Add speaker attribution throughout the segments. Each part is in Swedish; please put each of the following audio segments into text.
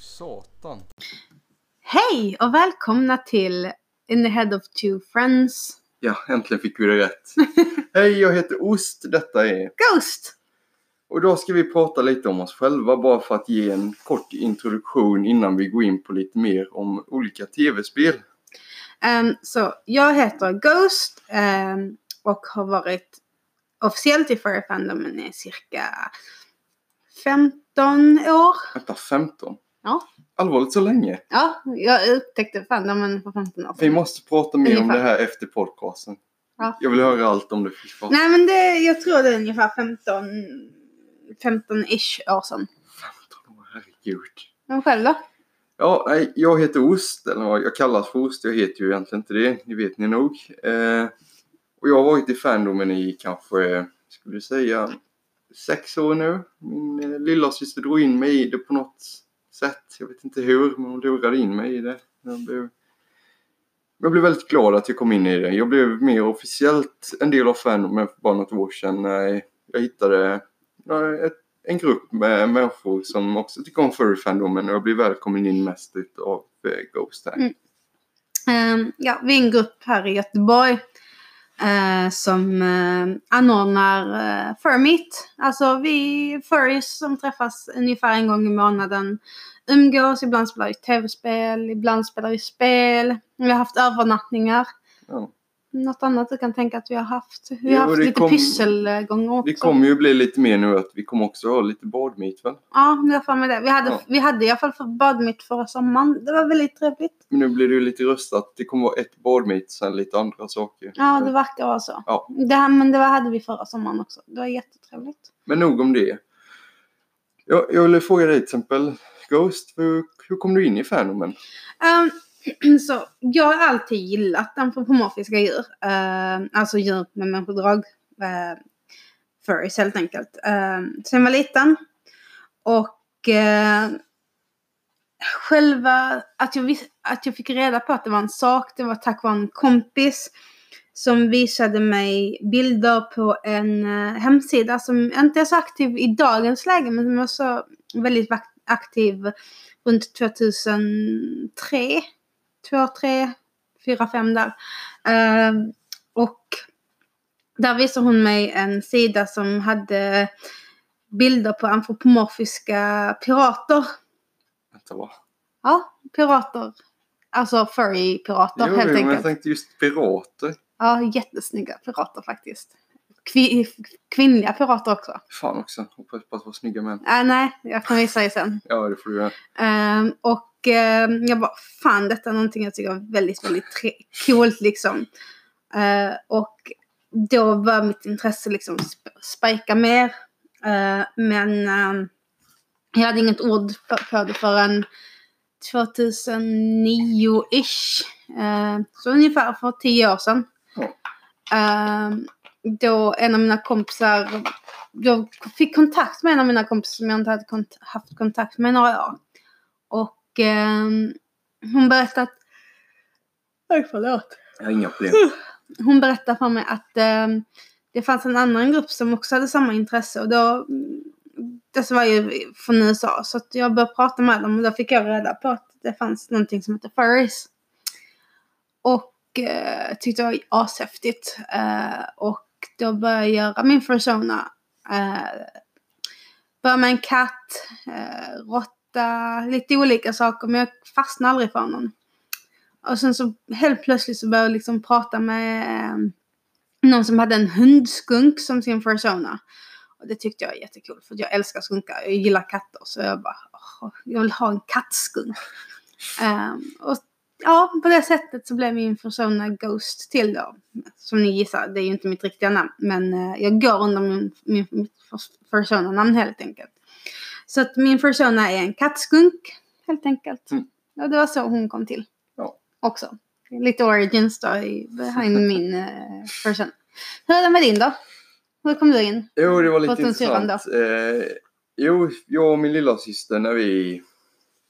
Speaker 1: satan.
Speaker 2: Hej och välkomna till In the Head of Two Friends
Speaker 3: Ja, äntligen fick vi det rätt. Hej, jag heter Ost, detta är...
Speaker 2: Ghost!
Speaker 3: Och då ska vi prata lite om oss själva, bara för att ge en kort introduktion innan vi går in på lite mer om olika tv-spel.
Speaker 2: Ehm, så jag heter Ghost ehm, och har varit officiellt i Fire Fandomen i cirka 15 år.
Speaker 3: Vänta, 15?
Speaker 2: Ja.
Speaker 3: Allvarligt så länge?
Speaker 2: Ja, jag upptäckte Fandomen för 15 år
Speaker 3: Vi
Speaker 2: sedan.
Speaker 3: måste prata mer om
Speaker 2: Ungefär.
Speaker 3: det här efter podcasten.
Speaker 2: Ja.
Speaker 3: Jag vill höra allt om det. fy fan.
Speaker 2: Nej men det, jag tror det är ungefär 15, 15-ish år sedan.
Speaker 3: 15 år, herregud.
Speaker 2: Men själv då?
Speaker 3: Ja, nej, jag heter Ost, eller vad jag kallas för Ost, jag heter ju egentligen inte det, det vet ni nog. Eh, och jag har varit i fandomen i kanske, skulle jag säga, sex år nu. Min eh, lillasyster drog in mig i det på något sätt, jag vet inte hur, men hon lurade in mig i det. Jag blev, jag blev väldigt glad att jag kom in i det. Jag blev mer officiellt en del av fandomen för bara något år sedan när jag hittade ja, ett en grupp med människor som också tycker om furry-fandomen och jag blir välkommen in mest utav eh, Ghost här.
Speaker 2: Mm. Ehm, ja, vi är en grupp här i Göteborg eh, som eh, anordnar uh, Furmeet. Alltså vi furries som träffas ungefär en gång i månaden. Umgås, ibland spelar vi tv-spel, ibland spelar vi spel. Vi har haft övernattningar.
Speaker 3: Ja.
Speaker 2: Något annat du kan tänka att vi har haft? Vi
Speaker 3: Jo,
Speaker 2: har haft
Speaker 3: det
Speaker 2: lite
Speaker 3: kom-
Speaker 2: pysselgånger också.
Speaker 3: Det kommer ju bli lite mer nu att vi kommer också ha lite badmeet väl?
Speaker 2: Ja, jag har för mig det. Vi hade,
Speaker 3: Ja.
Speaker 2: vi hade i alla fall för badmitt förra sommaren. Det var väldigt trevligt.
Speaker 3: Men nu blir det ju lite röstat. Det kommer vara ett badmeet sen lite andra saker.
Speaker 2: Ja, det verkar vara så.
Speaker 3: Mm. Ja.
Speaker 2: Det här, men det var- hade vi förra sommaren också. Det var jättetrevligt.
Speaker 3: Men nog om det. Jag, jag vill fråga dig till exempel Ghost, hur, hur kom du in i fandomen?
Speaker 2: Ehm, så jag har alltid gillat antropomorfiska djur. Ehm, alltså djur med människodrag. Uh, furries helt enkelt. Um, sen jag var liten. Och eh, själva att jag, vis- att jag fick reda på att det var en sak, det var tack vare en kompis som visade mig bilder på en eh, hemsida som inte är så aktiv i dagens läge men som var så väldigt vak- aktiv runt 2003, 2, 3, 4, 5 där. Eh, och där visade hon mig en sida som hade bilder på antropomorfiska pirater.
Speaker 3: Vänta va?
Speaker 2: Ja, pirater. Alltså furry-pirater
Speaker 3: Jo,
Speaker 2: helt
Speaker 3: jo, men
Speaker 2: enkelt.
Speaker 3: jag tänkte just pirater.
Speaker 2: Ja, jättesnygga pirater faktiskt. Kvi- kvinnliga pirater också.
Speaker 3: Fan också, hoppas på att vara snygga män.
Speaker 2: Äh, nej, jag kan visa dig sen.
Speaker 3: Ja, det får du göra.
Speaker 2: Ehm, och ehm, jag bara, fan detta är någonting jag tycker är väldigt, väldigt tre- coolt liksom. Eh, och då var mitt intresse liksom sp- spika mer. Eh, men ehm, jag hade inget ord på, på det förrän 2009-ish. Eh, så ungefär för tio år sedan.
Speaker 3: Ja.
Speaker 2: Ehm, då en av mina kompisar, jag fick kontakt med en av mina kompisar som jag inte hade kont- haft kontakt med i några år. Och ehm, hon berättade att... Oj, förlåt.
Speaker 3: Jag har inga problem.
Speaker 2: Hon berättade för mig att ehm, det fanns en annan grupp som också hade samma intresse och då... mm, Dessa var ju från USA så att jag började prata med dem och då fick jag reda på att det fanns någonting som hette furries. Och eh, tyckte det var ashäftigt. Eh, och då började jag göra min persona. Eh, började med en katt, eh, råtta, lite olika saker men jag fastnade aldrig för någon. Och sen så helt plötsligt så började jag liksom prata med eh, någon som hade en hundskunk som sin persona. Och det tyckte jag var jättekul för jag älskar skunkar, jag gillar katter så jag bara, "Åh, jag vill ha en kattskunk. Ehm, och ja, på det sättet så blev min persona Ghost till då. Som ni gissar, det är ju inte mitt riktiga namn men eh, jag går under min, min, mitt persona-namn helt enkelt. Så att min persona är en kattskunk helt enkelt.
Speaker 3: Mm.
Speaker 2: Och det var så hon kom till också. Lite origins då i- behind min eh, person. Hur är det med din då? Hur kom du in?
Speaker 3: Jo, det var lite
Speaker 2: Fast den syrran
Speaker 3: intressant. Eh, jo, jag och min lilla syster när vi,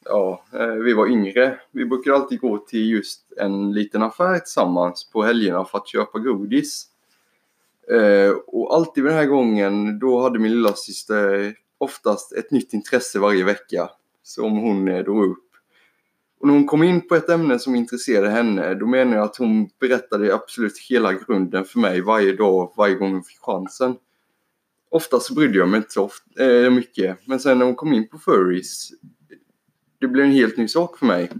Speaker 3: ja, eh, vi var yngre, vi brukade alltid gå till just en liten affär tillsammans på helgerna för att köpa godis. Eh, och alltid den här gången, då hade min lilla syster oftast ett nytt intresse varje vecka. som hon eh, drog upp. Och när hon kom in på ett ämne som intresserade henne, då menar jag att hon berättade absolut hela grunden för mig varje dag, varje gång hon fick chansen. Oftast brydde jag mig inte så ofta, eh, mycket, men sen när hon kom in på furries, det blev en helt ny sak för mig.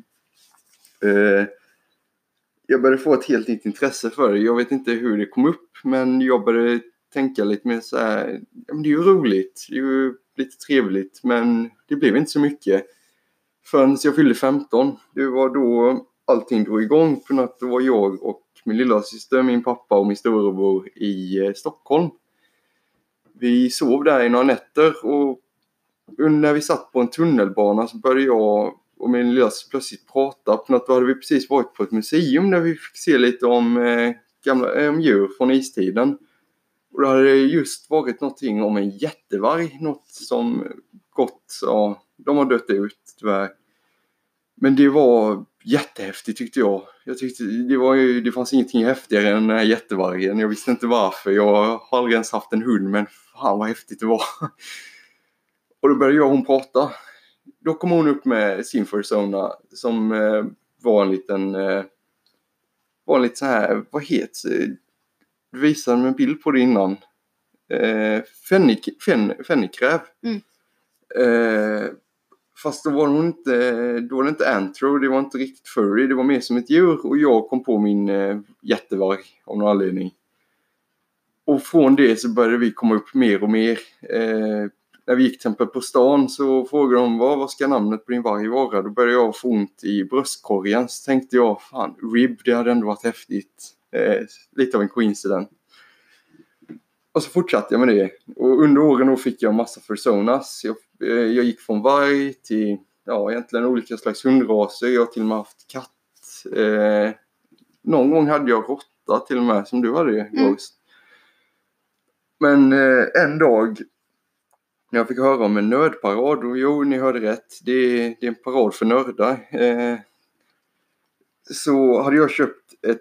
Speaker 3: Eh, jag började få ett helt nytt intresse för det. Jag vet inte hur det kom upp, men jag började tänka lite mer så här, ja, men det är ju roligt, det är ju lite trevligt, men det blev inte så mycket förrän jag fyllde 15. Det var då allting drog igång, för att då var jag och min lilla syster, min pappa och min storebror i eh, Stockholm. Vi sov där i några nätter och när vi satt på en tunnelbana så började jag och min lilla syster plötsligt prata. På något, då hade vi precis varit på ett museum där vi fick se lite om eh, gamla eh, om djur från istiden. Och det hade just varit någonting om en jättevarg, något som gått, ja, de har dött ut tyvärr. Men det var jättehäftigt tyckte jag. Jag tyckte det, var ju, det fanns ingenting häftigare än den här jättevargen. Jag visste inte varför. Jag har aldrig ens haft en hund, men fan vad häftigt det var. Och då började jag och hon prata. Då kom hon upp med sin persona som eh, var en liten, eh, var en liten så här, vad heter Du visade mig en bild på det innan. Eh, fännik, fän, fännikräv.
Speaker 2: Mm.
Speaker 3: Eh, Fast då var hon inte, då var det inte antro, det var inte riktigt furry, det var mer som ett djur och jag kom på min eh, jättevarg av någon anledning. Och från det så började vi komma upp mer och mer. Eh, när vi gick till exempel på stan så frågade de vad, vad ska namnet på din varg vara? Då började jag få ont i bröstkorgen så tänkte jag fan, rib, det hade ändå varit häftigt. Eh, lite av en coincident. Och så fortsatte jag med det. Och under åren då fick jag massa personas. Jag, eh, jag gick från varg till ja, egentligen olika slags hundraser. Jag har till och med haft katt. Eh, någon gång hade jag råtta till och med, som du hade mm. Men eh, en dag när jag fick höra om en nördparad, och jo, ni hörde rätt, det är, det är en parad för nördar. Eh, så hade jag köpt ett,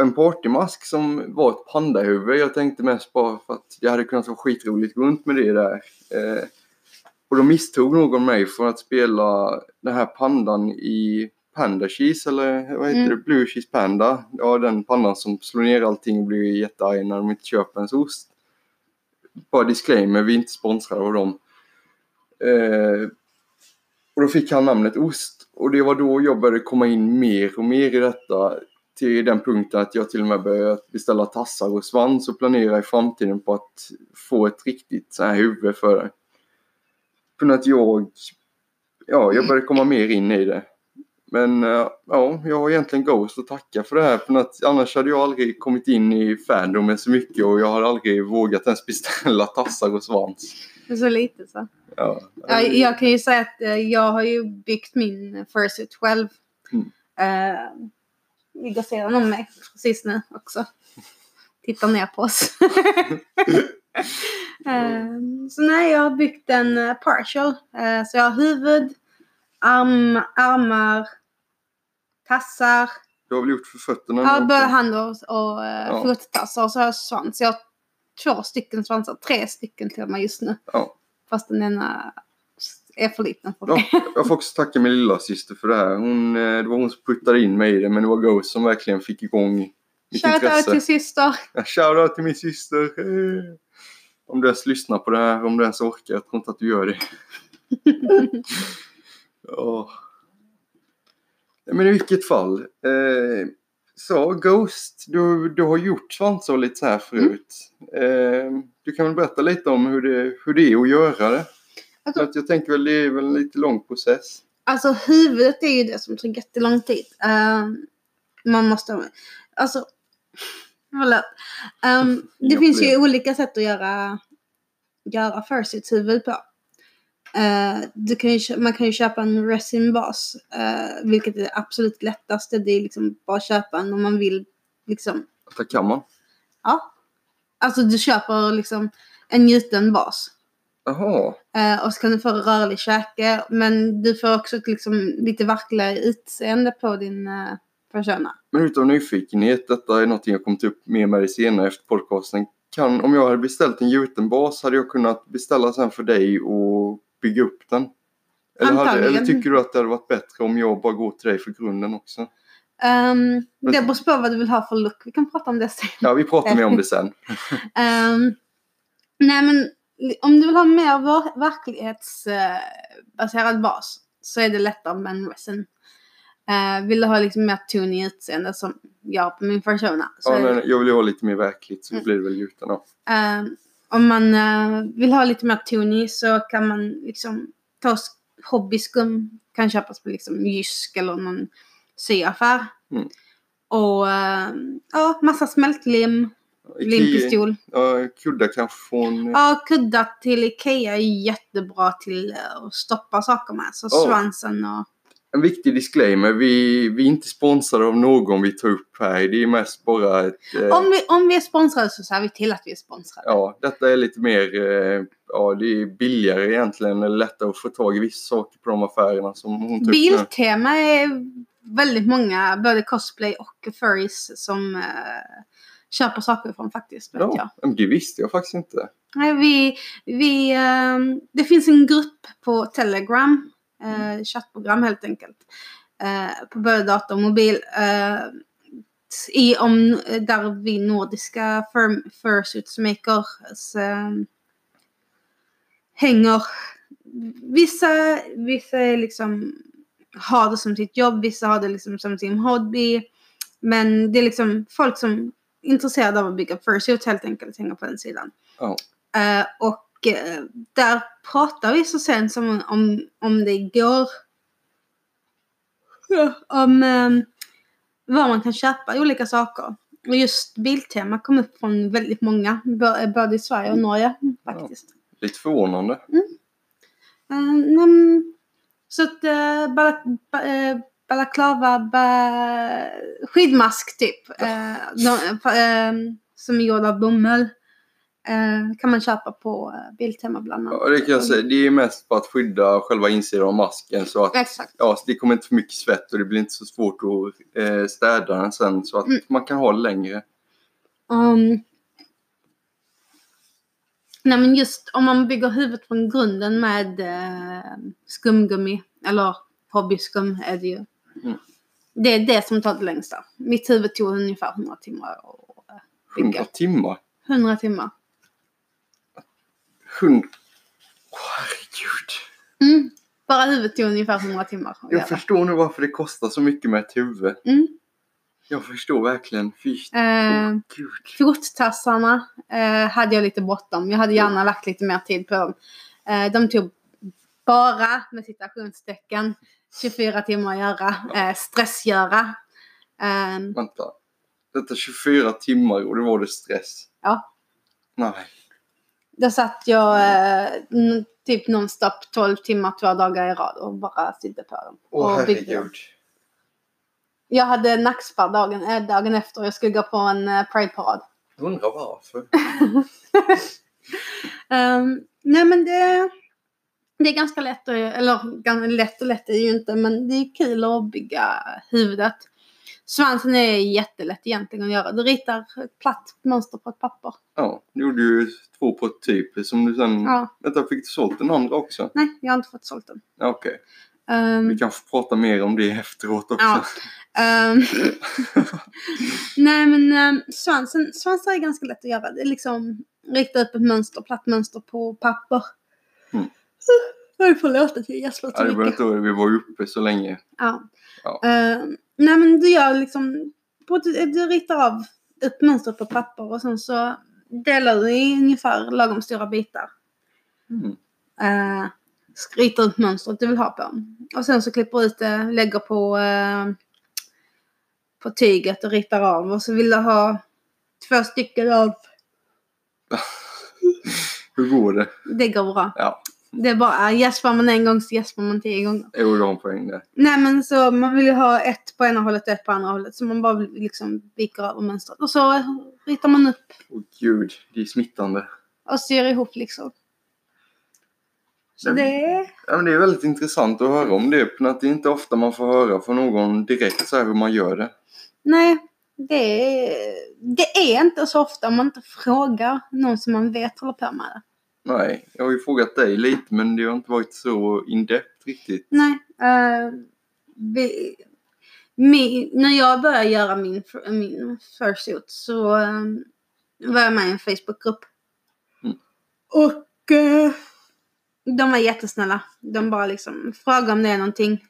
Speaker 3: en partymask som var ett pandahuvud. Jag tänkte mest bara för att det hade kunnat vara skitroligt att gå runt med det där. Eh, och då misstog någon mig för att spela den här pandan i Panda Cheese, eller vad heter
Speaker 2: Mm.
Speaker 3: det? Blue Cheese Panda. Ja, den pandan som slår ner allting och blir jättearg när de inte köper ens ost. Bara disclaimer, vi är inte sponsrade av dem. Eh, och då fick han namnet Ost. Och det var då jag började komma in mer och mer i detta. Till den punkten att jag till och med började beställa tassar och svans och planera i framtiden på att få ett riktigt så här huvud för det. För att jag, ja,
Speaker 2: Mm.
Speaker 3: jag började komma mer in i det. Men eh, ja, jag har egentligen Ghost att tacka för det här. För att annars hade jag aldrig kommit in i fandomen så mycket och jag har aldrig vågat ens beställa tassar och svans.
Speaker 2: Det är så lite så.
Speaker 3: Ja,
Speaker 2: Ja,
Speaker 3: Mm.
Speaker 2: jag kan ju säga att eh, jag har ju byggt min fursuit själv.
Speaker 3: Mm.
Speaker 2: Eh, ligger sedan om mig precis nu också. Tittar ner på oss. Eh, så nej, jag har byggt en eh, partial. Eh, så jag har huvud, arm, armar, tassar,
Speaker 3: Du har väl gjort för fötterna?
Speaker 2: ja,
Speaker 3: någon-
Speaker 2: bölhand och, och eh,
Speaker 3: Ja.
Speaker 2: fottassar och så har jag svans. Jag har två stycken svansar, tre stycken till och med just nu.
Speaker 3: Ja.
Speaker 2: Fast den ena är för liten för
Speaker 3: Ja,
Speaker 2: mig.
Speaker 3: jag får också tacka min lilla syster för det här. Hon, eh, det var hon som puttade in mig i det, men det var Ghost som verkligen fick igång mitt
Speaker 2: Shoutout
Speaker 3: intresse.
Speaker 2: till syster.
Speaker 3: Ja, Shoutout till min syster! Eh. Om du ens lyssnar på det här, om du ens orkar. Jag tror inte att du gör det. Ja. Nej, Men i vilket fall. Eh, så Ghost, du, du har gjort svansar lite så här förut. Eh, du kan väl berätta lite om hur det, hur det är att göra det?
Speaker 2: Jag
Speaker 3: För
Speaker 2: tror-
Speaker 3: att jag tänker väl det är väl en lite lång process.
Speaker 2: Alltså huvudet är ju det som tar jättelång tid. Ehm, man måste... Alltså... Förlåt. Ehm, det
Speaker 3: Inga
Speaker 2: finns ju
Speaker 3: problem.
Speaker 2: olika sätt att göra, göra fursuits huvud på. Eh, du kan ju, kö- man kan ju köpa en resinbas, eh, vilket är det absolut lättaste. Det är liksom bara att köpa en om man vill. Liksom,
Speaker 3: Där kan man.
Speaker 2: ja. Alltså du köper liksom en gjuten bas.
Speaker 3: Jaha,
Speaker 2: Eh, och så kan du få rörlig käke. Men du får också ett, liksom, lite vacklare utseende på din eh, persona.
Speaker 3: men utav nyfikenhet, detta är någonting jag kommit upp med mig senare efter podcasten. Kan, om jag hade beställt en gjuten bas hade jag kunnat beställa sen för dig och bygga upp den. Eller, hade, eller
Speaker 2: Antagligen.
Speaker 3: tycker du att det hade varit bättre om jag bara går till dig för grunden också?
Speaker 2: Ehm,
Speaker 3: Men-
Speaker 2: det beror på vad du vill ha för look. Vi kan prata om det sen.
Speaker 3: Ja, vi pratar mer om det sen.
Speaker 2: Ehm, nej men om du vill ha mer ver- verklighetsbaserad bas så är det lättare med en resin. Eh, vill du ha liksom mer ton i utseende som jag har på min persona så
Speaker 3: Ja,
Speaker 2: är det-
Speaker 3: men jag vill ju ha lite mer verkligt så då
Speaker 2: Mm.
Speaker 3: blir det väl jutan då.
Speaker 2: Eh, om man eh, vill ha lite mer tonig så kan man liksom ta s- hobbyskum. Kan köpas på liksom Jysk eller någon syaffär.
Speaker 3: Mm.
Speaker 2: Och eh, ja, massa smältlim, limpistol.
Speaker 3: Ja, kuddar kanske från...
Speaker 2: Ja, kuddar till Ikea är jättebra till eh, att stoppa saker med. Så
Speaker 3: Oh.
Speaker 2: svansen och...
Speaker 3: En viktig disclaimer, vi, vi är inte sponsrade av någon vi tar upp här. Det är mest bara ett... Eh,
Speaker 2: Om vi, om vi är sponsrade så ser vi till att vi är sponsrade.
Speaker 3: Ja, detta är lite mer... Eh, ja, det är billigare egentligen. Eller lättare att få tag i vissa saker på de affärerna som hon typ, tar upp nu.
Speaker 2: Biltema är väldigt många, både cosplay och furries, som eh, köper saker från faktiskt. Vet jag.
Speaker 3: Ja, men det visste jag faktiskt inte.
Speaker 2: Nej, Vi, vi, ehm, det finns en grupp på Telegram, eh, chattprogram helt enkelt, eh, på både dator och mobil. Eh, i, om, eh, där vi nordiska fur- fursuitsmakers eh, hänger. Vissa, vissa är liksom, har det som sitt jobb, vissa har det liksom som sin hobby. Men det är liksom folk som är intresserade av att bygga fursuits helt enkelt hänger på den sidan.
Speaker 3: Ja.
Speaker 2: Eh, och eh, där pratar vi så sent som om, om det igår. Ja, om ehm, var man kan köpa olika saker. Och just Biltema kom upp från väldigt många, bö- både i Sverige och Norge faktiskt.
Speaker 3: Lite förvånande.
Speaker 2: Eh, nej, men- så att eh, balak, ba, eh, balaklava, ba, skidmask typ. Eh, de, fa- ehm, som är gjord av bomull. Eh, kan man köpa på eh, Biltema bland annat.
Speaker 3: Ja, det kan jag säga. Det är mest för att skydda själva insidan av masken så att
Speaker 2: Exakt.
Speaker 3: ja, så det kommer inte för mycket svett och det blir inte så svårt att eh, städa den sen så att
Speaker 2: Mm.
Speaker 3: man kan ha det längre.
Speaker 2: Um, nej men just om man bygger huvudet från grunden med eh, skumgummi, eller hobbyskum är det ju.
Speaker 3: Mm.
Speaker 2: Det är det som tar det längsta. Mitt huvud tog ungefär 100 timmar. Och,
Speaker 3: 100
Speaker 2: Vilka?
Speaker 3: timmar.
Speaker 2: 100 timmar.
Speaker 3: 100... Åh, herregud.
Speaker 2: Mm. Bara huvudet tog ungefär 100 timmar. att
Speaker 3: Jag
Speaker 2: göra.
Speaker 3: förstår nu varför det kostar så mycket med ett huvud.
Speaker 2: Mm.
Speaker 3: Jag förstår verkligen. Fy
Speaker 2: Eh,
Speaker 3: åh, gud.
Speaker 2: Fottassarna eh, hade jag lite bråttom. Jag hade gärna lagt lite mer tid på dem. Eh, de tog bara, med citationstecken, 24 timmar att göra. Eh, stressgöra. Eh,
Speaker 3: Vänta. Detta 24 timmar och det var det stress.
Speaker 2: Ja.
Speaker 3: Nej.
Speaker 2: där satt jag eh, n- typ nonstop 12 timmar, två dagar i rad och bara sydde på dem.
Speaker 3: Åh
Speaker 2: och byggde dem.
Speaker 3: herregud.
Speaker 2: Jag hade nackspärr dagen, eh, dagen efter jag skulle gå på en eh, prideparad.
Speaker 3: Undrar varför.
Speaker 2: Ehm, nej men det, det är ganska lätt, att, eller ganska lätt och lätt är det ju inte, men det är kul att bygga huvudet. Svansen är jättelätt egentligen att göra. Du ritar ett platt mönster på ett papper.
Speaker 3: Ja, du gjorde ju två prototyper som du sen...
Speaker 2: Ja,
Speaker 3: Vänta, fick du sålt den andra också?
Speaker 2: nej, jag har inte fått sålt den.
Speaker 3: Ja, Okej,
Speaker 2: Ehm,
Speaker 3: vi kanske pratar mer om det efteråt också.
Speaker 2: Ja. ehm, nej men ehm, svansen, svansar är ganska lätt att göra. Det är liksom rita upp ett mönster, platt mönster på papper.
Speaker 3: Mm.
Speaker 2: Oj, förlåt att jag gäspar
Speaker 3: Ja,
Speaker 2: så
Speaker 3: det var
Speaker 2: mycket.
Speaker 3: inte vi var ju uppe så länge.
Speaker 2: Ja.
Speaker 3: Ja.
Speaker 2: Eh, nej men du gör liksom, på- du, du ritar av upp mönstret på papper och sen så delar du i ungefär lagom stora bitar.
Speaker 3: Mm.
Speaker 2: Eh, ritar ut mönstret du vill ha på dem. Och sen så klipper du ut det, lägger på, eh, på tyget och ritar av. Och så vill du ha två stycken av,
Speaker 3: Hur går det?
Speaker 2: det går bra.
Speaker 3: Ja.
Speaker 2: Det är bara, gäspar man en gång så gäspar man tio gånger.
Speaker 3: Jo, du har en poäng där.
Speaker 2: Nej men så man vill ju ha ett på ena hållet och ett på andra hållet. Så man bara vill liksom viker över mönstret. Och så ritar man upp
Speaker 3: Åh gud, det är smittande.
Speaker 2: och syr ihop liksom. Så det är...
Speaker 3: Ja, men det är väldigt intressant att höra om det. för Att det är inte ofta man får höra från någon direkt så här hur man gör det.
Speaker 2: Nej. Det är, det är inte så ofta om man inte frågar någon som man vet håller på med det.
Speaker 3: Nej, jag har ju frågat dig lite men det har inte varit så in-depth riktigt.
Speaker 2: Nej. eh, vi, mi, när jag började göra min, fr- min fursuit så eh, var jag med i en Facebookgrupp.
Speaker 3: Mm.
Speaker 2: Och eh, de var jättesnälla. De bara liksom frågade om det är någonting.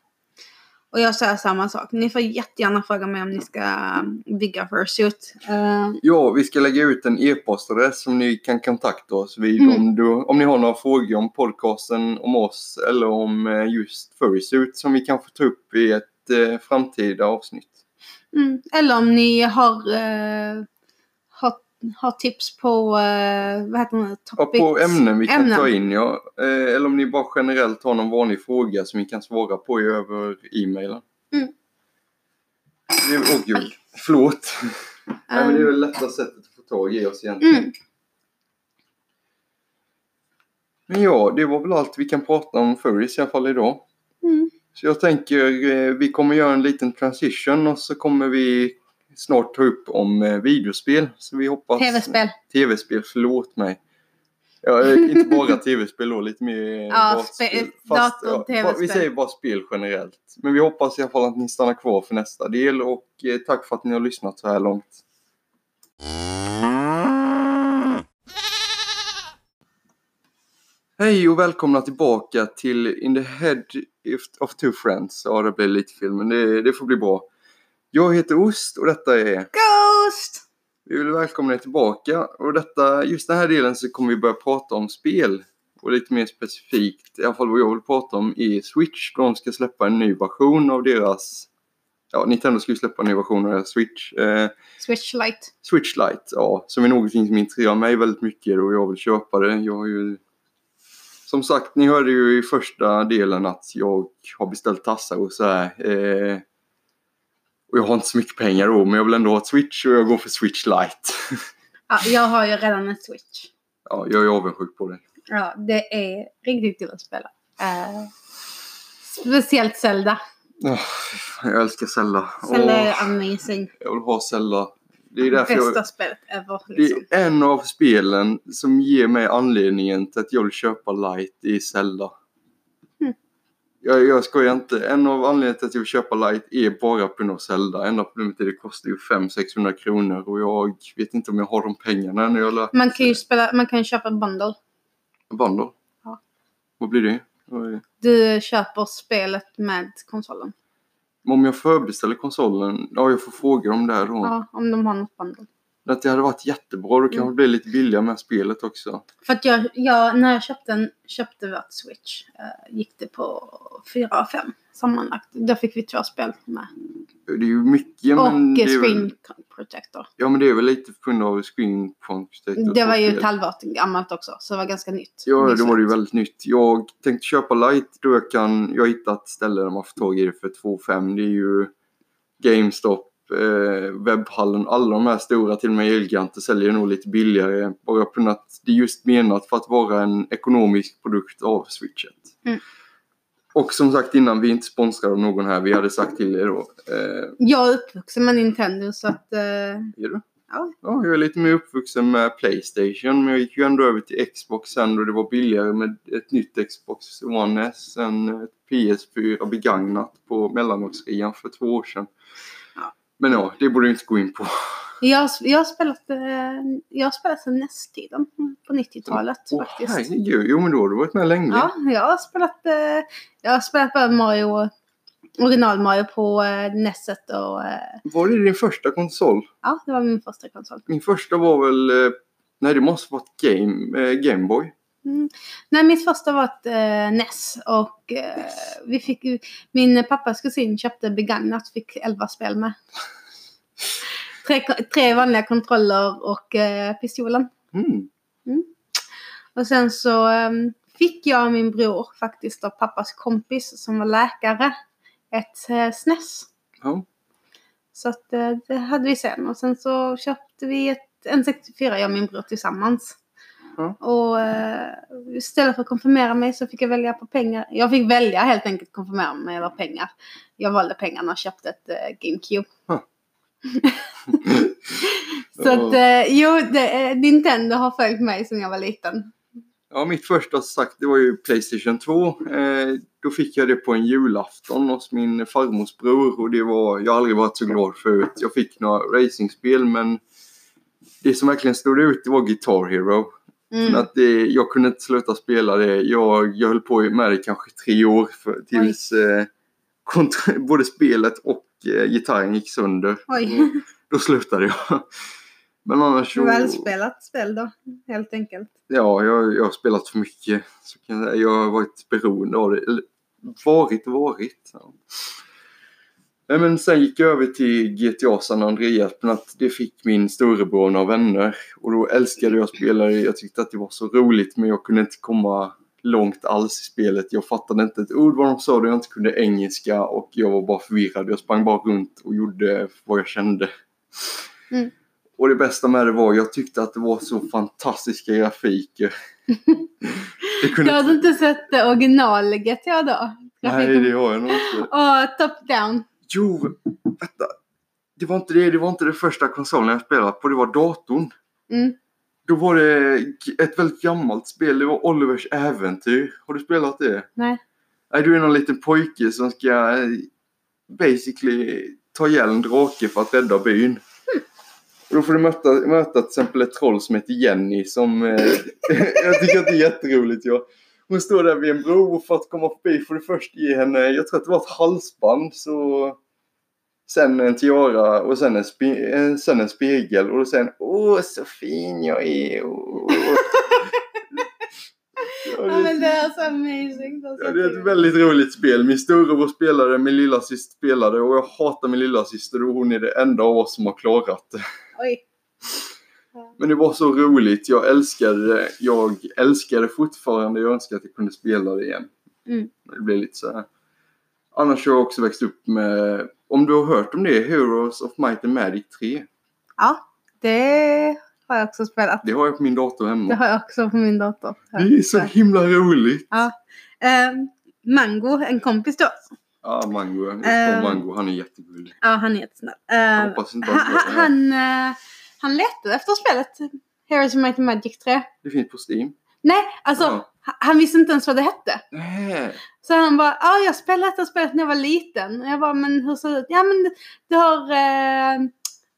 Speaker 2: Och jag säger samma sak. Ni får jättegärna fråga mig om ni ska eh, bygga fursuit. Eh,
Speaker 3: Ja, vi ska lägga ut en e-postadress som ni kan kontakta oss vid
Speaker 2: Mm.
Speaker 3: om, du, om ni har några frågor om podcasten, om oss eller om eh, just Fursuit som vi kanske tar upp i ett eh, framtida avsnitt.
Speaker 2: Mm. Eller om ni har, eh, har, har tips på, eh, vad heter det,
Speaker 3: Ja,
Speaker 2: topics?
Speaker 3: på ämnen vi kan
Speaker 2: Ämnen.
Speaker 3: ta in ja. Eh, Eller om ni bara generellt har någon vanlig fråga som vi kan svara på över e-mailen.
Speaker 2: Mm.
Speaker 3: Det- Åh gud, förlåt. Nej, men det är
Speaker 2: Um.
Speaker 3: väl lätta sättet att få tag i oss egentligen.
Speaker 2: Mm.
Speaker 3: Men ja, det var väl allt vi kan prata om furries i alla fall idag.
Speaker 2: Mm.
Speaker 3: Så jag tänker eh, vi kommer göra en liten transition och så kommer vi snart ta upp om eh, videospel. Så vi hoppas...
Speaker 2: Tv-spel.
Speaker 3: Tv-spel, förlåt mig. Ja, eh, inte bara tv-spel då, lite mer eh,
Speaker 2: Ja,
Speaker 3: dataspel.
Speaker 2: spe-
Speaker 3: Fast,
Speaker 2: dator-
Speaker 3: ja, bara- Vi
Speaker 2: TV-spel.
Speaker 3: säger bara spel generellt. Men vi hoppas i alla fall att ni stannar kvar för nästa del och eh, tack för att ni har lyssnat så här långt. Hej och välkomna tillbaka till In the Head if- of Two Friends. Ja, det blir lite fel, men det, det får bli bra. Jag heter Ost och detta är
Speaker 2: Ghost!
Speaker 3: vi vill välkomna er tillbaka och detta, just den här delen så kommer vi börja prata om spel och lite mer specifikt, i alla fall vad jag vill prata om, är Switch. De ska släppa en ny version av deras, ja Nintendo ska ju släppa en ny version av deras Switch. Eh,
Speaker 2: Switch light.
Speaker 3: Switch Lite, ja, som är någonting som intresserar mig väldigt mycket och jag vill köpa det. Jag har ju... Som sagt, ni hörde ju i första delen att jag har beställt tassar och så här. Eh... Och jag har inte så mycket pengar då, men jag vill ändå ha ett Switch och jag går för Switch Lite.
Speaker 2: Ja, jag har ju redan en switch.
Speaker 3: ja, jag är avundsjuk på det.
Speaker 2: Ja, det är riktigt kul att spela. Eh, speciellt Zelda.
Speaker 3: Åh, jag älskar Zelda.
Speaker 2: Zelda
Speaker 3: Åh,
Speaker 2: är amazing.
Speaker 3: jag vill ha Zelda. Det är därför
Speaker 2: Bästa
Speaker 3: jag...
Speaker 2: spelet ever.
Speaker 3: Det
Speaker 2: Liksom.
Speaker 3: är en av spelen som ger mig anledningen till att jag vill köpa Light i Zelda.
Speaker 2: Mm.
Speaker 3: Jag, jag skojar inte. En av anledningarna till att jag vill köpa Light är bara på grund av Zelda. Enda problemet är att det kostar ju 500-600 kronor och jag vet inte om jag har de pengarna när jag lär
Speaker 2: Man kan ju spela, man kan ju köpa bundle.
Speaker 3: Bundle.
Speaker 2: Ja.
Speaker 3: Vad blir det? Vad är det?
Speaker 2: Du köper spelet med konsolen.
Speaker 3: Men Om jag förbeställer konsolen? Ja, jag får fråga dem där då.
Speaker 2: Ja, om de har något bundle.
Speaker 3: Att det hade varit jättebra. Då kan
Speaker 2: Mm.
Speaker 3: det bli lite billigare med spelet också.
Speaker 2: För att jag, jag när jag köpte, en, köpte vårt switch eh, gick det på 4 av 5 sammanlagt. Där fick vi två spel med.
Speaker 3: Det är ju mycket. men
Speaker 2: och
Speaker 3: det
Speaker 2: eh,
Speaker 3: är väl-
Speaker 2: screen protector.
Speaker 3: Ja men det är väl lite på grund av screen protector.
Speaker 2: Det var ju
Speaker 3: på
Speaker 2: ett
Speaker 3: spel.
Speaker 2: halvår gammalt också så det var ganska nytt.
Speaker 3: Ja det
Speaker 2: Nytt
Speaker 3: var det ju
Speaker 2: släppt.
Speaker 3: väldigt nytt. Jag tänkte köpa light då jag kan. Jag har hittat ställen där man får tag i det för 2,5. Det är ju GameStop, eh, webbhallen, alla de här stora, till och med Elgiganten säljer nog lite billigare. Bara på grund av att det är just menat för att vara en ekonomisk produkt av switchet.
Speaker 2: Mm.
Speaker 3: Och som sagt innan, vi är inte sponsrade av någon här. Vi hade sagt till er då. Eh,
Speaker 2: Jag är uppvuxen med Nintendo så att eh,
Speaker 3: Är du?
Speaker 2: Ja.
Speaker 3: ja. Jag är lite mer uppvuxen med Playstation men jag gick ju ändå över till Xbox sen då det var billigare med ett nytt Xbox One S än ett PS4 begagnat på mellandagsrean för två år sedan.
Speaker 2: Ja.
Speaker 3: Men ja, det borde vi inte gå in på.
Speaker 2: jag, jag har spelat, eh, jag har spelat sedan nästtiden på 90-talet
Speaker 3: Åh
Speaker 2: faktiskt.
Speaker 3: herregud, jo men då har du varit med länge.
Speaker 2: Ja, jag har spelat, eh, jag har spelat både Mario, original Mario på eh, Nesset och eh,
Speaker 3: Var det din första konsol?
Speaker 2: ja, det var min första konsol.
Speaker 3: Min första var väl, eh, nej det måste varit Game, eh, Gameboy.
Speaker 2: Nej, mitt första var ett eh, NES och eh, vi fick ju, min pappas kusin köpte begagnat, fick 11 spel med. Tre, ko- tre vanliga kontroller och eh, pistolen.
Speaker 3: Mm.
Speaker 2: Och sen så eh, fick jag och min bror faktiskt av pappas kompis som var läkare ett eh, SNES.
Speaker 3: Ja.
Speaker 2: Så att, eh, det hade vi sen och sen så köpte vi ett N64 jag och min bror tillsammans.
Speaker 3: Ja.
Speaker 2: Och eh, istället för att konfirmera mig så fick jag välja på pengar. Jag fick välja helt enkelt konfirmera mig eller pengar. Jag valde pengarna och köpte ett eh, GameCube.
Speaker 3: Huh.
Speaker 2: så att eh, jo, det, eh, Nintendo har följt mig sedan jag var liten.
Speaker 3: Ja, mitt första sagt det var ju Playstation 2. Eh, då fick jag det på en julafton hos min farmors bror och det var, jag har aldrig varit så glad förut. Jag fick några racingspel men det som verkligen stod ut det var Guitar Hero.
Speaker 2: Mm.
Speaker 3: Att det, jag kunde inte sluta spela det. Jag, jag höll på med det kanske tre år för, tills eh, kont- både spelet och eh, gitarren gick sönder.
Speaker 2: Oj,
Speaker 3: Då slutade jag. Men annars så...
Speaker 2: välspelat spel då, helt enkelt.
Speaker 3: Ja, jag, jag har spelat för mycket. Så kan jag, säga. jag har varit beroende av det. Eller, varit, varit. Ja. Nej, men sen gick jag över till GTA San Andreas, men att det fick min storebror och några vänner. Och då älskade jag att spela det. Jag tyckte att det var så roligt, men jag kunde inte komma långt alls i spelet. Jag fattade inte ett ord vad de sa, då jag inte kunde engelska och jag var bara förvirrad. Jag sprang bara runt och gjorde vad jag kände.
Speaker 2: Mm.
Speaker 3: Och det bästa med det var, jag tyckte att det var så fantastiska grafiker. det
Speaker 2: Du har inte sett det original GTA då?
Speaker 3: Nej, det har jag nog inte.
Speaker 2: Och Top Down.
Speaker 3: Jo, vänta. Det var inte det, det var inte det första konsolen jag spelade på, det var datorn.
Speaker 2: Mm.
Speaker 3: Då var det g- ett väldigt gammalt spel, det var Olivers äventyr. Har du spelat det?
Speaker 2: Nej.
Speaker 3: Nej, Äh, du är någon liten pojke som ska eh, basically ta ihjäl en drake för att rädda byn. Och då får du möta, möta till exempel ett troll som heter Jenny som... Eh, jag tycker att det är jätteroligt. Ja. Hon står där vid en bro och för att komma förbi får du först ge henne, jag tror att det var ett halsband, så... Sen en tiara och sen en, spe, eh, sen en spegel och då säger hon Åh, så fin jag är! Och,
Speaker 2: Ja, men det är så amazing. så
Speaker 3: Ja, det är
Speaker 2: kul.
Speaker 3: ett väldigt roligt spel. Min storebror spelade, min lillasyster spelade och jag hatar min lillasyster och hon är det enda av oss som har klarat det.
Speaker 2: Oj.
Speaker 3: Men det var så roligt. Jag älskade det. Jag älskar det fortfarande. Jag önskar att jag kunde spela det igen.
Speaker 2: Mm.
Speaker 3: Det blir lite så här. Annars har jag också växt upp med, om du har hört om det, Heroes of Might and Magic 3.
Speaker 2: Ja, det har jag också spelat.
Speaker 3: Det har jag på min dator
Speaker 2: Det
Speaker 3: hemma.
Speaker 2: har jag också på min dator.
Speaker 3: Det är så himla roligt!
Speaker 2: Eh, Mango, en kompis då.
Speaker 3: Ja, ah, Mango. Jag
Speaker 2: Ehm.
Speaker 3: får Mango, han är jättegullig.
Speaker 2: Ja, han är jättesnäll. Eh,
Speaker 3: Jag hoppas inte
Speaker 2: han,
Speaker 3: han hör det
Speaker 2: han,
Speaker 3: här.
Speaker 2: han, eh, han letade efter spelet. Heroes of Might and Magic 3.
Speaker 3: Det finns på Steam.
Speaker 2: Nej, alltså
Speaker 3: Ja.
Speaker 2: ha- han visste inte ens vad det hette.
Speaker 3: Nej.
Speaker 2: Så han bara, ja jag spelade detta spelet när jag var liten. Och jag bara, men hur ser det ut? Ja men det- det har, eh,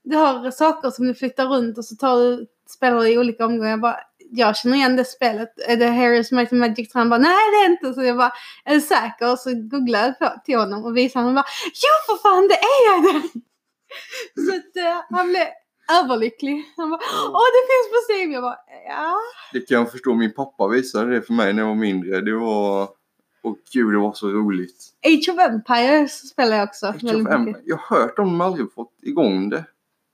Speaker 2: det har saker som du flyttar runt och så tar du, spelar du i olika omgångar. Jag bara, jag känner igen det spelet. Är det Harry's Might and Magic 3? Han bara, nej det är inte. Så jag bara, är du säker? Och så googlade jag på, till honom och visade honom. Och bara, jo för fan det är det! så att eh, han blev överlycklig. Han bara, åh det finns på Steam! Jag bara, ja.
Speaker 3: Det kan jag förstå. Min pappa visade det för mig när jag var mindre. Det var... Åh gud, det var så roligt.
Speaker 2: Age of Empires spelar jag också.
Speaker 3: Age
Speaker 2: väldigt
Speaker 3: of
Speaker 2: mycket.
Speaker 3: Empires. Jag har hört om de aldrig fått igång det.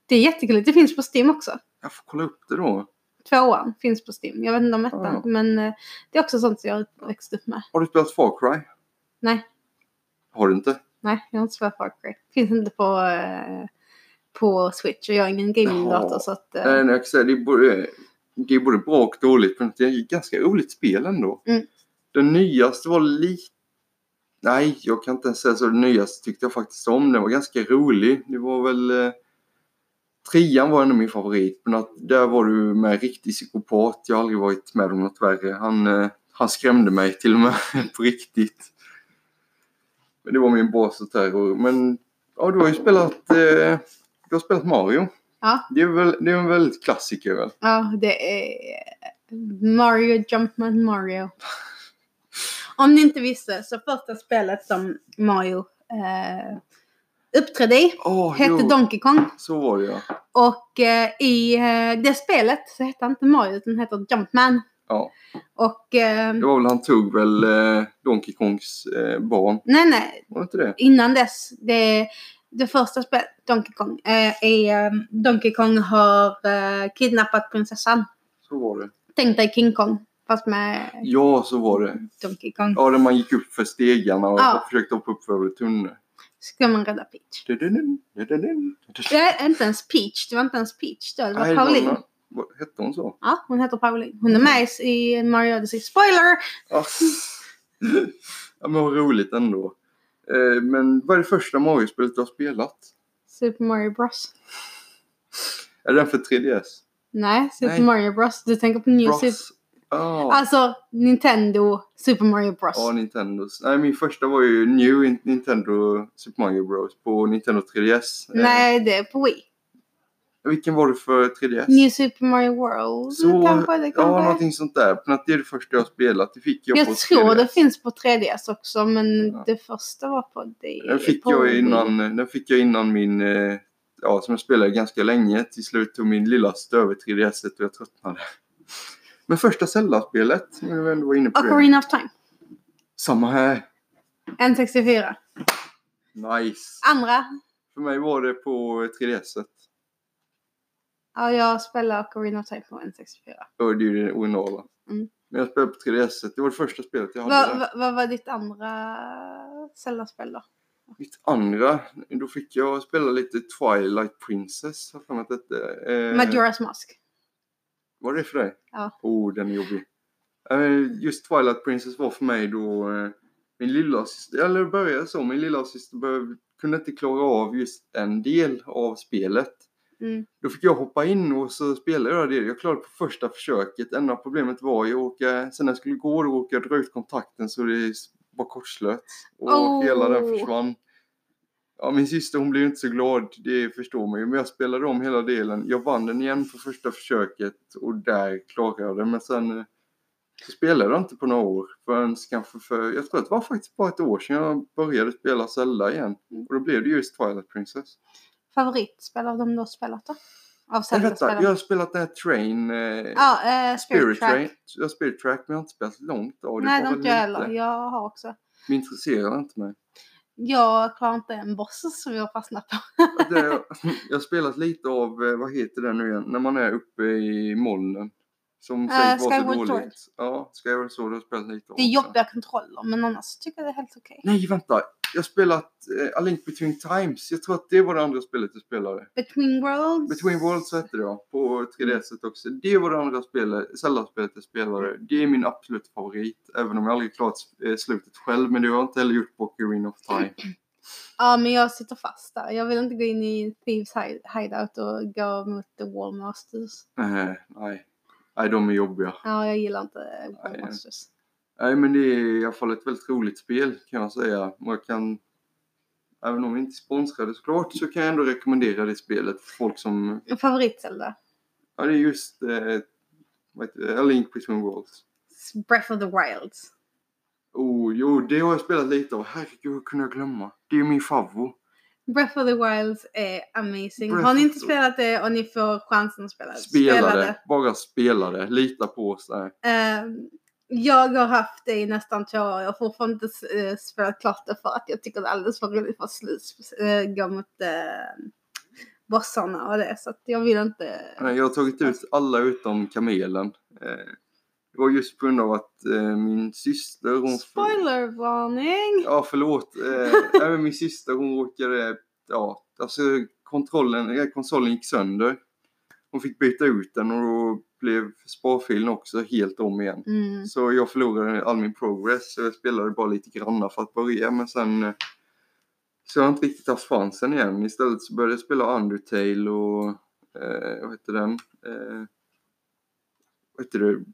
Speaker 2: Det är jättekulligt. Det finns på Steam också.
Speaker 3: Jag får kolla upp det då.
Speaker 2: Tvåan finns på Steam. Jag vet inte om ettan.
Speaker 3: Ah.
Speaker 2: Men eh, det är också sånt som jag har växt upp med.
Speaker 3: Har du spelat Far Cry?
Speaker 2: Nej.
Speaker 3: Har du inte?
Speaker 2: Nej, jag har inte spelat Far Cry. Finns inte på, eh, på Switch och jag har ingen gaming-dator
Speaker 3: Jaha.
Speaker 2: så att... eh,
Speaker 3: Nej, nej, jag kan säga, det, är både, det är både bra och dåligt, men det är ett ganska roligt spel ändå.
Speaker 2: Mm.
Speaker 3: Den nyaste var lite... Nej, jag kan inte ens säga så. Den nyaste tyckte jag faktiskt om. Den var ganska rolig. Det var väl... Eh... Trean var ändå min favorit, men att där var du med en riktig psykopat. Jag har aldrig varit med om något värre. Han, eh, han skrämde mig till och med på riktigt. Men det var min bas och terror. Men ja, du har ju spelat, eh, du har spelat Mario.
Speaker 2: Ja.
Speaker 3: Det är, väl, det är en väldigt klassiker väl?
Speaker 2: Ja, det är eh, Mario Jumpman Mario. Om ni inte visste så första spelet som Mario eh, uppträdde i
Speaker 3: Åh,
Speaker 2: hette
Speaker 3: jo,
Speaker 2: Donkey Kong.
Speaker 3: så var det ja.
Speaker 2: Och eh, i eh, det spelet så hette han inte Mario utan heter Jumpman.
Speaker 3: ja.
Speaker 2: Och... Eh,
Speaker 3: Det var väl han tog väl eh, Donkey Kongs eh, barn.
Speaker 2: Nej, nej.
Speaker 3: Var det inte det?
Speaker 2: Innan dess, det, det första spelet, Donkey Kong, eh, är eh, Donkey Kong har eh, kidnappat prinsessan.
Speaker 3: Så var det.
Speaker 2: Tänk dig King Kong, fast med
Speaker 3: Ja, så var det.
Speaker 2: Donkey Kong.
Speaker 3: Ja, där man gick upp för stegarna och,
Speaker 2: Ja.
Speaker 3: och försökte hoppa upp för tunnor.
Speaker 2: Ska man rädda Peach? Det är inte ens Peach, det var inte ens Peach då, det var
Speaker 3: Nej,
Speaker 2: Pauline.
Speaker 3: någon- vad- Hette hon så?
Speaker 2: Ja, hon heter Pauline. Hon är med i- i Mario Odyssey. Spoiler!
Speaker 3: Ja, Ah. Ja, men vad roligt ändå. Eh, Men vad är det första Mario-spelet du har spelat?
Speaker 2: Super Mario Bros.
Speaker 3: Är den för 3DS?
Speaker 2: Nej, Super
Speaker 3: Nej.
Speaker 2: Mario Bros. Du tänker på New Super...
Speaker 3: Bros. Ah. Ja,
Speaker 2: Alltså Nintendo Super Mario Bros.
Speaker 3: ja Nintendos. Nej, min första var ju New Nintendo Super Mario Bros på Nintendo 3DS. Eh,
Speaker 2: Nej, det är på Wii.
Speaker 3: Vilken var det för 3DS?
Speaker 2: New Super Mario World
Speaker 3: Så-
Speaker 2: kanske? Det
Speaker 3: Ja,
Speaker 2: kanske.
Speaker 3: någonting sånt där. Men att det är det första jag har spelat. Det fick jag, på
Speaker 2: jag tror
Speaker 3: 3DS.
Speaker 2: det finns på 3DS också men
Speaker 3: Ja.
Speaker 2: det första var på det.
Speaker 3: Den fick,
Speaker 2: på
Speaker 3: jag
Speaker 2: Wii.
Speaker 3: innan, den fick jag innan min, eh, ja som jag spelade ganska länge. Till slut tog min lilla över 3DS och jag tröttnade. Men första Zelda-spelet, när vi ändå var inne på det.
Speaker 2: Ocarina of Time.
Speaker 3: Samma här.
Speaker 2: N64.
Speaker 3: Nice.
Speaker 2: Andra.
Speaker 3: För mig var det på 3DS. -et.
Speaker 2: Ja, jag spelar Ocarina of Time på N64.
Speaker 3: Och det är ju det originala.
Speaker 2: Mm.
Speaker 3: Men jag spelade på 3DS. -et. Det var det första spelet jag hade.
Speaker 2: Vad
Speaker 3: där.
Speaker 2: va, vad var ditt andra Zelda-spel då?
Speaker 3: Mitt andra, då fick jag spela lite Twilight Princess. Har jag för mig att det hette. Eh,
Speaker 2: Majora's Mask.
Speaker 3: Var det för dig?
Speaker 2: Ja.
Speaker 3: Oh, den är jobbig. Eh, Just Twilight Princess var för mig då eh, min lilla syster, eller det började så, min lilla syster behövde, kunde inte klara av just en del av spelet.
Speaker 2: Mm.
Speaker 3: Då fick jag hoppa in och så spelade jag det. Jag klarade på första försöket. Enda problemet var jag åka, sen när jag skulle gå då råkade jag dra ut kontakten så det s- var kortslöt. Och
Speaker 2: Oh.
Speaker 3: hela den försvann. Ja, min syster hon blev ju inte så glad, det förstår man ju. Men jag spelade om hela delen. Jag vann den igen på första försöket och där klarade jag det. Men sen eh, så spelade jag inte på några år. Förrän kanske för, jag tror att det var faktiskt bara ett år sedan jag började spela Zelda igen.
Speaker 2: Mm.
Speaker 3: Och då blev det just Twilight Princess.
Speaker 2: Favoritspel av dem du har spelat då? Av
Speaker 3: Jag, vet, inte,
Speaker 2: Zelda-spelen?
Speaker 3: jag har spelat den här Train, eh,
Speaker 2: Ja, eh, Spirit,
Speaker 3: Spirit,
Speaker 2: Track.
Speaker 3: Train. Jag har Spirit Track men jag har inte spelat långt av det. var
Speaker 2: Nej, det har
Speaker 3: väl
Speaker 2: inte jag
Speaker 3: lite.
Speaker 2: heller. Jag har också.
Speaker 3: Men intresserar inte mig.
Speaker 2: Jag klarar inte en boss som jag fastnat på.
Speaker 3: Att jag- jag har spelat lite av, eh, vad heter den nu igen, när man är uppe i molnen. Som
Speaker 2: Eh,
Speaker 3: sägs vara så
Speaker 2: Skyward
Speaker 3: dåligt.
Speaker 2: Sword.
Speaker 3: Ja, Skyward Sword har jag spelat lite av.
Speaker 2: Det är jobbiga kontroller men annars tycker jag det är helt okej.
Speaker 3: Nej, vänta. Jag har spelat eh, A Link Between Times. Jag tror att det var det andra spelet jag spelade.
Speaker 2: Between Worlds.
Speaker 3: Between Worlds hette det ja, på 3DS också. Det var det andra spelet, Zelda-spelet jag spelade. Det är min absolut favorit, även om jag aldrig klarat eh, slutet själv. Men det har jag inte heller gjort på Ocarina of Time.
Speaker 2: Ja men jag sitter fast där. Jag vill inte gå in i Thieves hide- hideout och gå mot The Wallmasters.
Speaker 3: Eh, nej. nej, de är jobbiga.
Speaker 2: Ja jag gillar inte Wallmasters.
Speaker 3: Nej, men det är i alla fall ett väldigt roligt spel kan jag säga. Och jag kan, även om vi inte är sponsrade såklart, så kan jag ändå rekommendera det spelet för folk som...
Speaker 2: Favorit Zelda?
Speaker 3: Ja, det är just... Eh, vad heter det? A Link Between Worlds.
Speaker 2: Breath of the Wilds.
Speaker 3: Oh, jo, det har jag spelat lite av. Herregud, hur kunde jag glömma? Det är ju min favvo.
Speaker 2: Breath of the Wilds är amazing.
Speaker 3: Breath
Speaker 2: har ni
Speaker 3: of
Speaker 2: inte
Speaker 3: the-
Speaker 2: spelat det och ni får chansen att spela det,
Speaker 3: Spela det. Bara spela det. Lita på oss där.
Speaker 2: Ehm, jag har haft det i nästan två år. Jag har fortfarande inte s- eh, spelat klart det för att jag tycker det är alldeles för roligt för att slu- eh, gå mot eh, bossarna och det. Så att jag vill inte...
Speaker 3: Nej, Jag har tagit ut alla utom kamelen. Eh, Det var just på grund av att eh, min syster... Hon
Speaker 2: Spoilervarning!
Speaker 3: Ja, förlåt. Eh, nej, men min syster hon råkade... Ja, alltså kontrollen, eh, konsolen gick sönder. Hon fick byta ut den och då blev sparfilen också helt om igen.
Speaker 2: Mm.
Speaker 3: Så jag förlorade all min progress så jag spelade bara lite granna för att börja men sen eh, så jag har inte riktigt haft chansen igen. Istället så började jag spela Undertale och eh, vad heter den? Eh, vad heter det?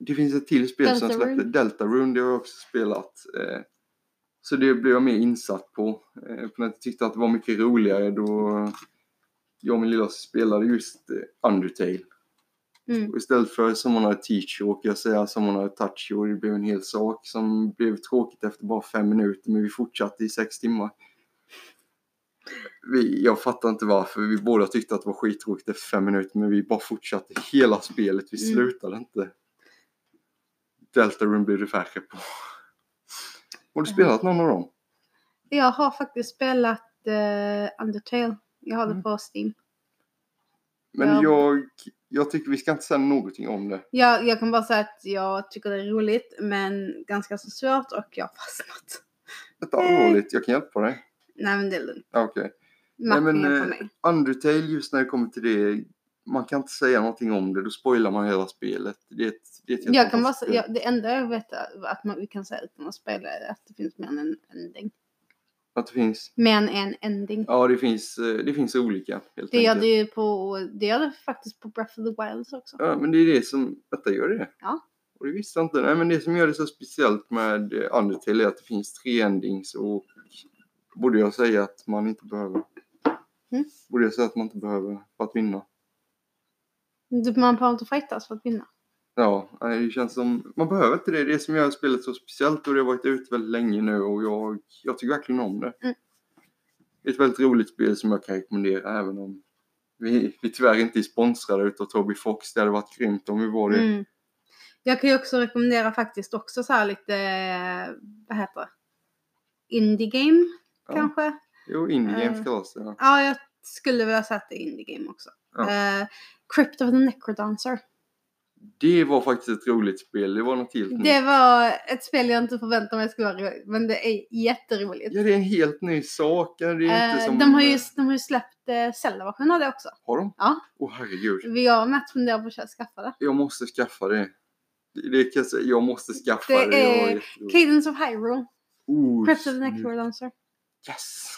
Speaker 3: Det finns ett till spel som
Speaker 2: Deltarune.
Speaker 3: släppte, Deltarune, det har jag också spelat. Eh, så det blev jag mer insatt på. Eh, för jag tyckte att det var mycket roligare då jag och min lilla spelade just eh, Undertale.
Speaker 2: Mm.
Speaker 3: Och istället för someone had teacher råkade jag alltså, säga someone had touch och det blev en hel sak som blev tråkigt efter bara fem minuter men vi fortsatte i sex timmar. Vi, jag fattar inte varför, vi båda tyckte att det var skittråkigt efter fem minuter men vi bara fortsatte hela spelet, vi
Speaker 2: Mm.
Speaker 3: slutade inte. Deltarune blev det färre på. Har du spelat någon av dem?
Speaker 2: Jag har faktiskt spelat eh, Undertale. Jag har det
Speaker 3: Mm.
Speaker 2: på Steam.
Speaker 3: Men
Speaker 2: Ja.
Speaker 3: jag, jag tycker vi ska inte säga någonting om det.
Speaker 2: Jag, jag kan bara säga att jag tycker det är roligt men ganska så svårt och jag har fastnat.
Speaker 3: Detta är roligt, jag kan hjälpa dig.
Speaker 2: Nej men det är lugnt.
Speaker 3: Ja, Okej. Nej, men,
Speaker 2: Mappningen
Speaker 3: eh,
Speaker 2: för mig.
Speaker 3: Undertale, just när det kommer till det, man kan inte säga någonting om det, då spoilar man hela spelet. Det är ett, det är ett helt
Speaker 2: Jag kan bara
Speaker 3: fantastiskt
Speaker 2: säga, jag, det enda jag vet är att man, vi kan säga utan att spela är att det finns mer än en ending.
Speaker 3: spel. Att det finns,
Speaker 2: Mer än en ending.
Speaker 3: ja, det finns, eh, det finns olika, helt
Speaker 2: det gör
Speaker 3: enkelt.
Speaker 2: det ju på, det gör det faktiskt på Breath of the Wilds också.
Speaker 3: Ja, men det är det som, detta gör det.
Speaker 2: Ja.
Speaker 3: Och det visste jag inte. Nej, men det som gör det så speciellt med eh, Undertale är att det finns treendings och borde jag säga att man inte behöver.
Speaker 2: Mm.
Speaker 3: Borde jag säga att man inte behöver för att vinna.
Speaker 2: Du- Man behöver inte fightas för att vinna.
Speaker 3: Ja, nej, det känns som, man behöver inte det. Det är det som gör spelet så speciellt och det har varit ute väldigt länge nu och jag, jag tycker verkligen om det.
Speaker 2: Mm.
Speaker 3: Det är ett väldigt roligt spel som jag kan rekommendera även om vi, vi tyvärr inte är sponsrade utav Toby Fox. Det hade varit grymt om vi var det.
Speaker 2: Mm. Jag kan ju också rekommendera faktiskt också så här lite, eh, vad heter det? Indie game
Speaker 3: Ja.
Speaker 2: kanske?
Speaker 3: Jo, Indie Games
Speaker 2: Eh.
Speaker 3: kallas det. ja.
Speaker 2: Ja, jag skulle vilja säga att det är indie game också.
Speaker 3: Ja.
Speaker 2: Eh, Crypt of the Necrodancer.
Speaker 3: Det var faktiskt ett roligt spel. Det var något helt nytt.
Speaker 2: Det var ett spel jag inte förväntade mig skulle vara roligt, men det är jätteroligt.
Speaker 3: Ja, det är en helt ny sak. Ja, Det är inte
Speaker 2: Eh,
Speaker 3: som...
Speaker 2: de, har ju, de har ju släppt eh, Zelda-versionen av det också.
Speaker 3: Har de?
Speaker 2: Ja.
Speaker 3: Åh herregud.
Speaker 2: Vi har med att fundera på att köra- skaffa det.
Speaker 3: Jag måste skaffa det. Det det kan jag säga. Jag måste skaffa
Speaker 2: Det
Speaker 3: det. det.
Speaker 2: är-
Speaker 3: var jätteroligt.
Speaker 2: Cadence of Hyrule,
Speaker 3: Oh,
Speaker 2: Crypt of the
Speaker 3: snyggt.
Speaker 2: Necrodancer.
Speaker 3: Yes!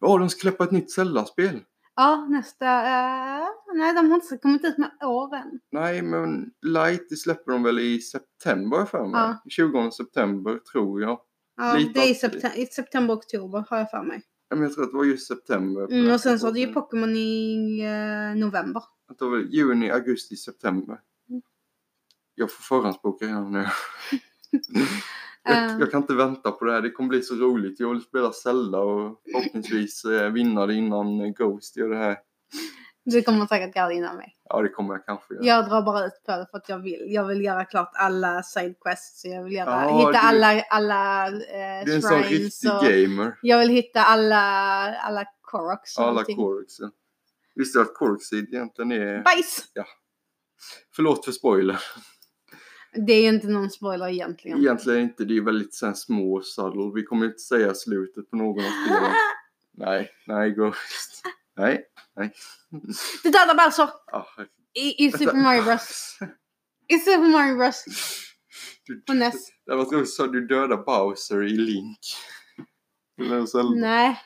Speaker 3: Ja, de ska släppa ett nytt Zelda-spel.
Speaker 2: Ja, nästa... eh, nej, de har inte kommit ut med år än.
Speaker 3: Nej, men Light det släpper de väl i september har jag för mig.
Speaker 2: Ja.
Speaker 3: 20 september tror jag.
Speaker 2: Ja,
Speaker 3: Lite
Speaker 2: det är i
Speaker 3: att-
Speaker 2: september, i september, oktober har jag för mig.
Speaker 3: Ja, Men jag tror att det var just september. på
Speaker 2: Mm,
Speaker 3: den
Speaker 2: och sen så har du ju
Speaker 3: tiden.
Speaker 2: Pokémon i eh, november.
Speaker 3: Att det var juni, augusti, september.
Speaker 2: Mm.
Speaker 3: Jag får förhandsboka redan nu. jag,
Speaker 2: Eh.
Speaker 3: jag kan inte vänta på det här. Det kommer bli så roligt. Jag vill spela Zelda och förhoppningsvis eh, vinna det innan eh, Ghost gör det här.
Speaker 2: Du kommer säkert göra det innan mig.
Speaker 3: Ja, det kommer jag kanske göra.
Speaker 2: Jag drar bara ut på det för att jag vill. Jag vill göra klart alla sidequests. Jag vill göra,
Speaker 3: Ja,
Speaker 2: hitta
Speaker 3: du-
Speaker 2: alla, alla eh,
Speaker 3: Du är en sån
Speaker 2: shrines.
Speaker 3: riktig
Speaker 2: Och
Speaker 3: gamer.
Speaker 2: jag vill hitta alla, alla Koroks. och
Speaker 3: Alla
Speaker 2: allting.
Speaker 3: Korgs. ja. Visste du att Korksid egentligen är...
Speaker 2: Bajs!
Speaker 3: Förlåt för spoiler.
Speaker 2: Det är ju inte någon spoiler egentligen.
Speaker 3: Egentligen inte. Det är väldigt så här små subtle. Vi kommer inte säga slutet på någon av spelen. Nej, nej Ghost. Nej, nej.
Speaker 2: Du dödar Bowser
Speaker 3: Ah,
Speaker 2: i, i Super Mario Bros. I Super Mario Bros.
Speaker 3: Du,
Speaker 2: På E NES.
Speaker 3: det var roligt så du dödar Bowser i Link. Eller så,
Speaker 2: Nej.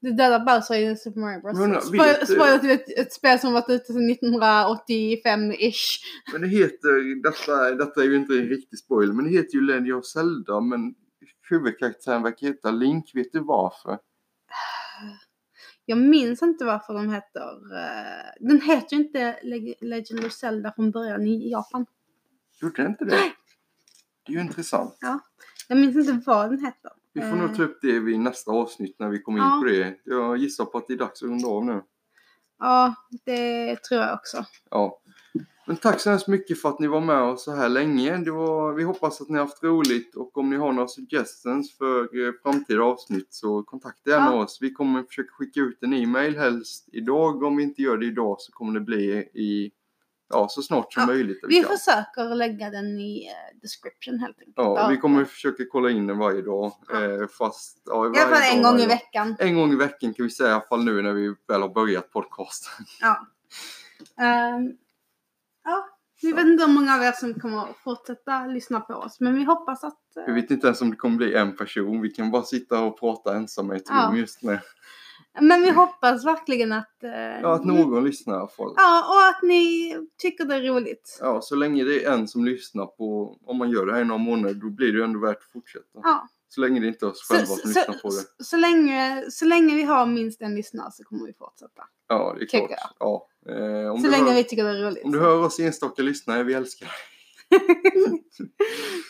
Speaker 2: Du dödar Bowser i Super Mario Bros.
Speaker 3: Men vet
Speaker 2: Spoil-
Speaker 3: du-
Speaker 2: Spoiler till ett, ett spel som varit ute sedan 1985-ish.
Speaker 3: men det heter, detta, detta är ju inte en riktig spoiler, men det heter ju Legend of Zelda, men huvudkaraktären verkar heta Link, vet du varför?
Speaker 2: Jag minns inte varför de heter... eh, den heter ju inte Leg- Legend of Zelda från början i Japan.
Speaker 3: Gjorde den inte det? Det är ju intressant.
Speaker 2: Jag minns inte vad den heter.
Speaker 3: Vi får
Speaker 2: Eh,
Speaker 3: nog ta upp det vid nästa avsnitt när vi kommer in
Speaker 2: Ja.
Speaker 3: på det. Jag gissar på att det är dags att runda av nu.
Speaker 2: Ja, det tror jag också.
Speaker 3: Ja. Men tack så hemskt mycket för att ni var med oss så här länge. Det var, vi hoppas att ni har haft roligt och om ni har några suggestions för eh, framtida avsnitt så kontakta gärna
Speaker 2: Ja.
Speaker 3: oss. Vi kommer försöka skicka ut en e-mail helst idag. Om vi inte gör det idag så kommer det bli i, ja, så snart som
Speaker 2: Ja,
Speaker 3: möjligt. där
Speaker 2: Vi
Speaker 3: kan.
Speaker 2: försöker lägga den i eh, description helt enkelt.
Speaker 3: Ja, vi kommer försöka kolla in den varje dag.
Speaker 2: Ja.
Speaker 3: Eh, fast, ja,
Speaker 2: I alla
Speaker 3: varje
Speaker 2: fall en
Speaker 3: dag,
Speaker 2: gång i
Speaker 3: varje dag.
Speaker 2: veckan.
Speaker 3: En gång i veckan kan vi säga i alla fall nu när vi väl har börjat podcasten.
Speaker 2: Ja. Ehm, ja, vi vet inte hur många av er som kommer att fortsätta lyssna på oss, men vi hoppas att... eh,
Speaker 3: Vi vet inte ens om det kommer bli en person. Vi kan bara sitta och prata ensamma i ett
Speaker 2: Ja.
Speaker 3: rum just nu.
Speaker 2: Men vi hoppas verkligen att... eh,
Speaker 3: Ja, att någon lyssnar i alla fall.
Speaker 2: Ja, och att ni tycker det är roligt.
Speaker 3: Ja, så länge det är en som lyssnar på, om man gör det här i några månader, då blir det ju ändå värt att fortsätta.
Speaker 2: Ja.
Speaker 3: Så länge det inte är oss
Speaker 2: Så,
Speaker 3: själva
Speaker 2: så,
Speaker 3: som lyssnar på det.
Speaker 2: så, så, länge, så länge vi har minst en lyssnare så kommer vi fortsätta.
Speaker 3: Ja, det är
Speaker 2: tycker
Speaker 3: klart. Ja. Eh, om,
Speaker 2: så
Speaker 3: du
Speaker 2: länge
Speaker 3: hör,
Speaker 2: vi tycker det är roligt.
Speaker 3: om du hör oss enstaka lyssnare, vi älskar dig.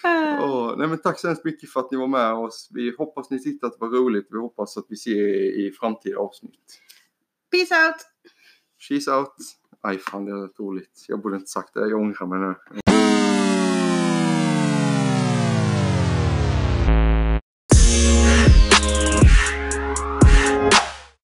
Speaker 2: Eh,
Speaker 3: Åh, nej, men tack så hemskt mycket för att ni var med oss. Vi hoppas ni tyckte att det var roligt. Vi hoppas att vi ser er i framtida avsnitt.
Speaker 2: Peace out!
Speaker 3: She's out. Aj, fan det lät dåligt. Jag borde inte sagt det. Jag ångrar mig nu.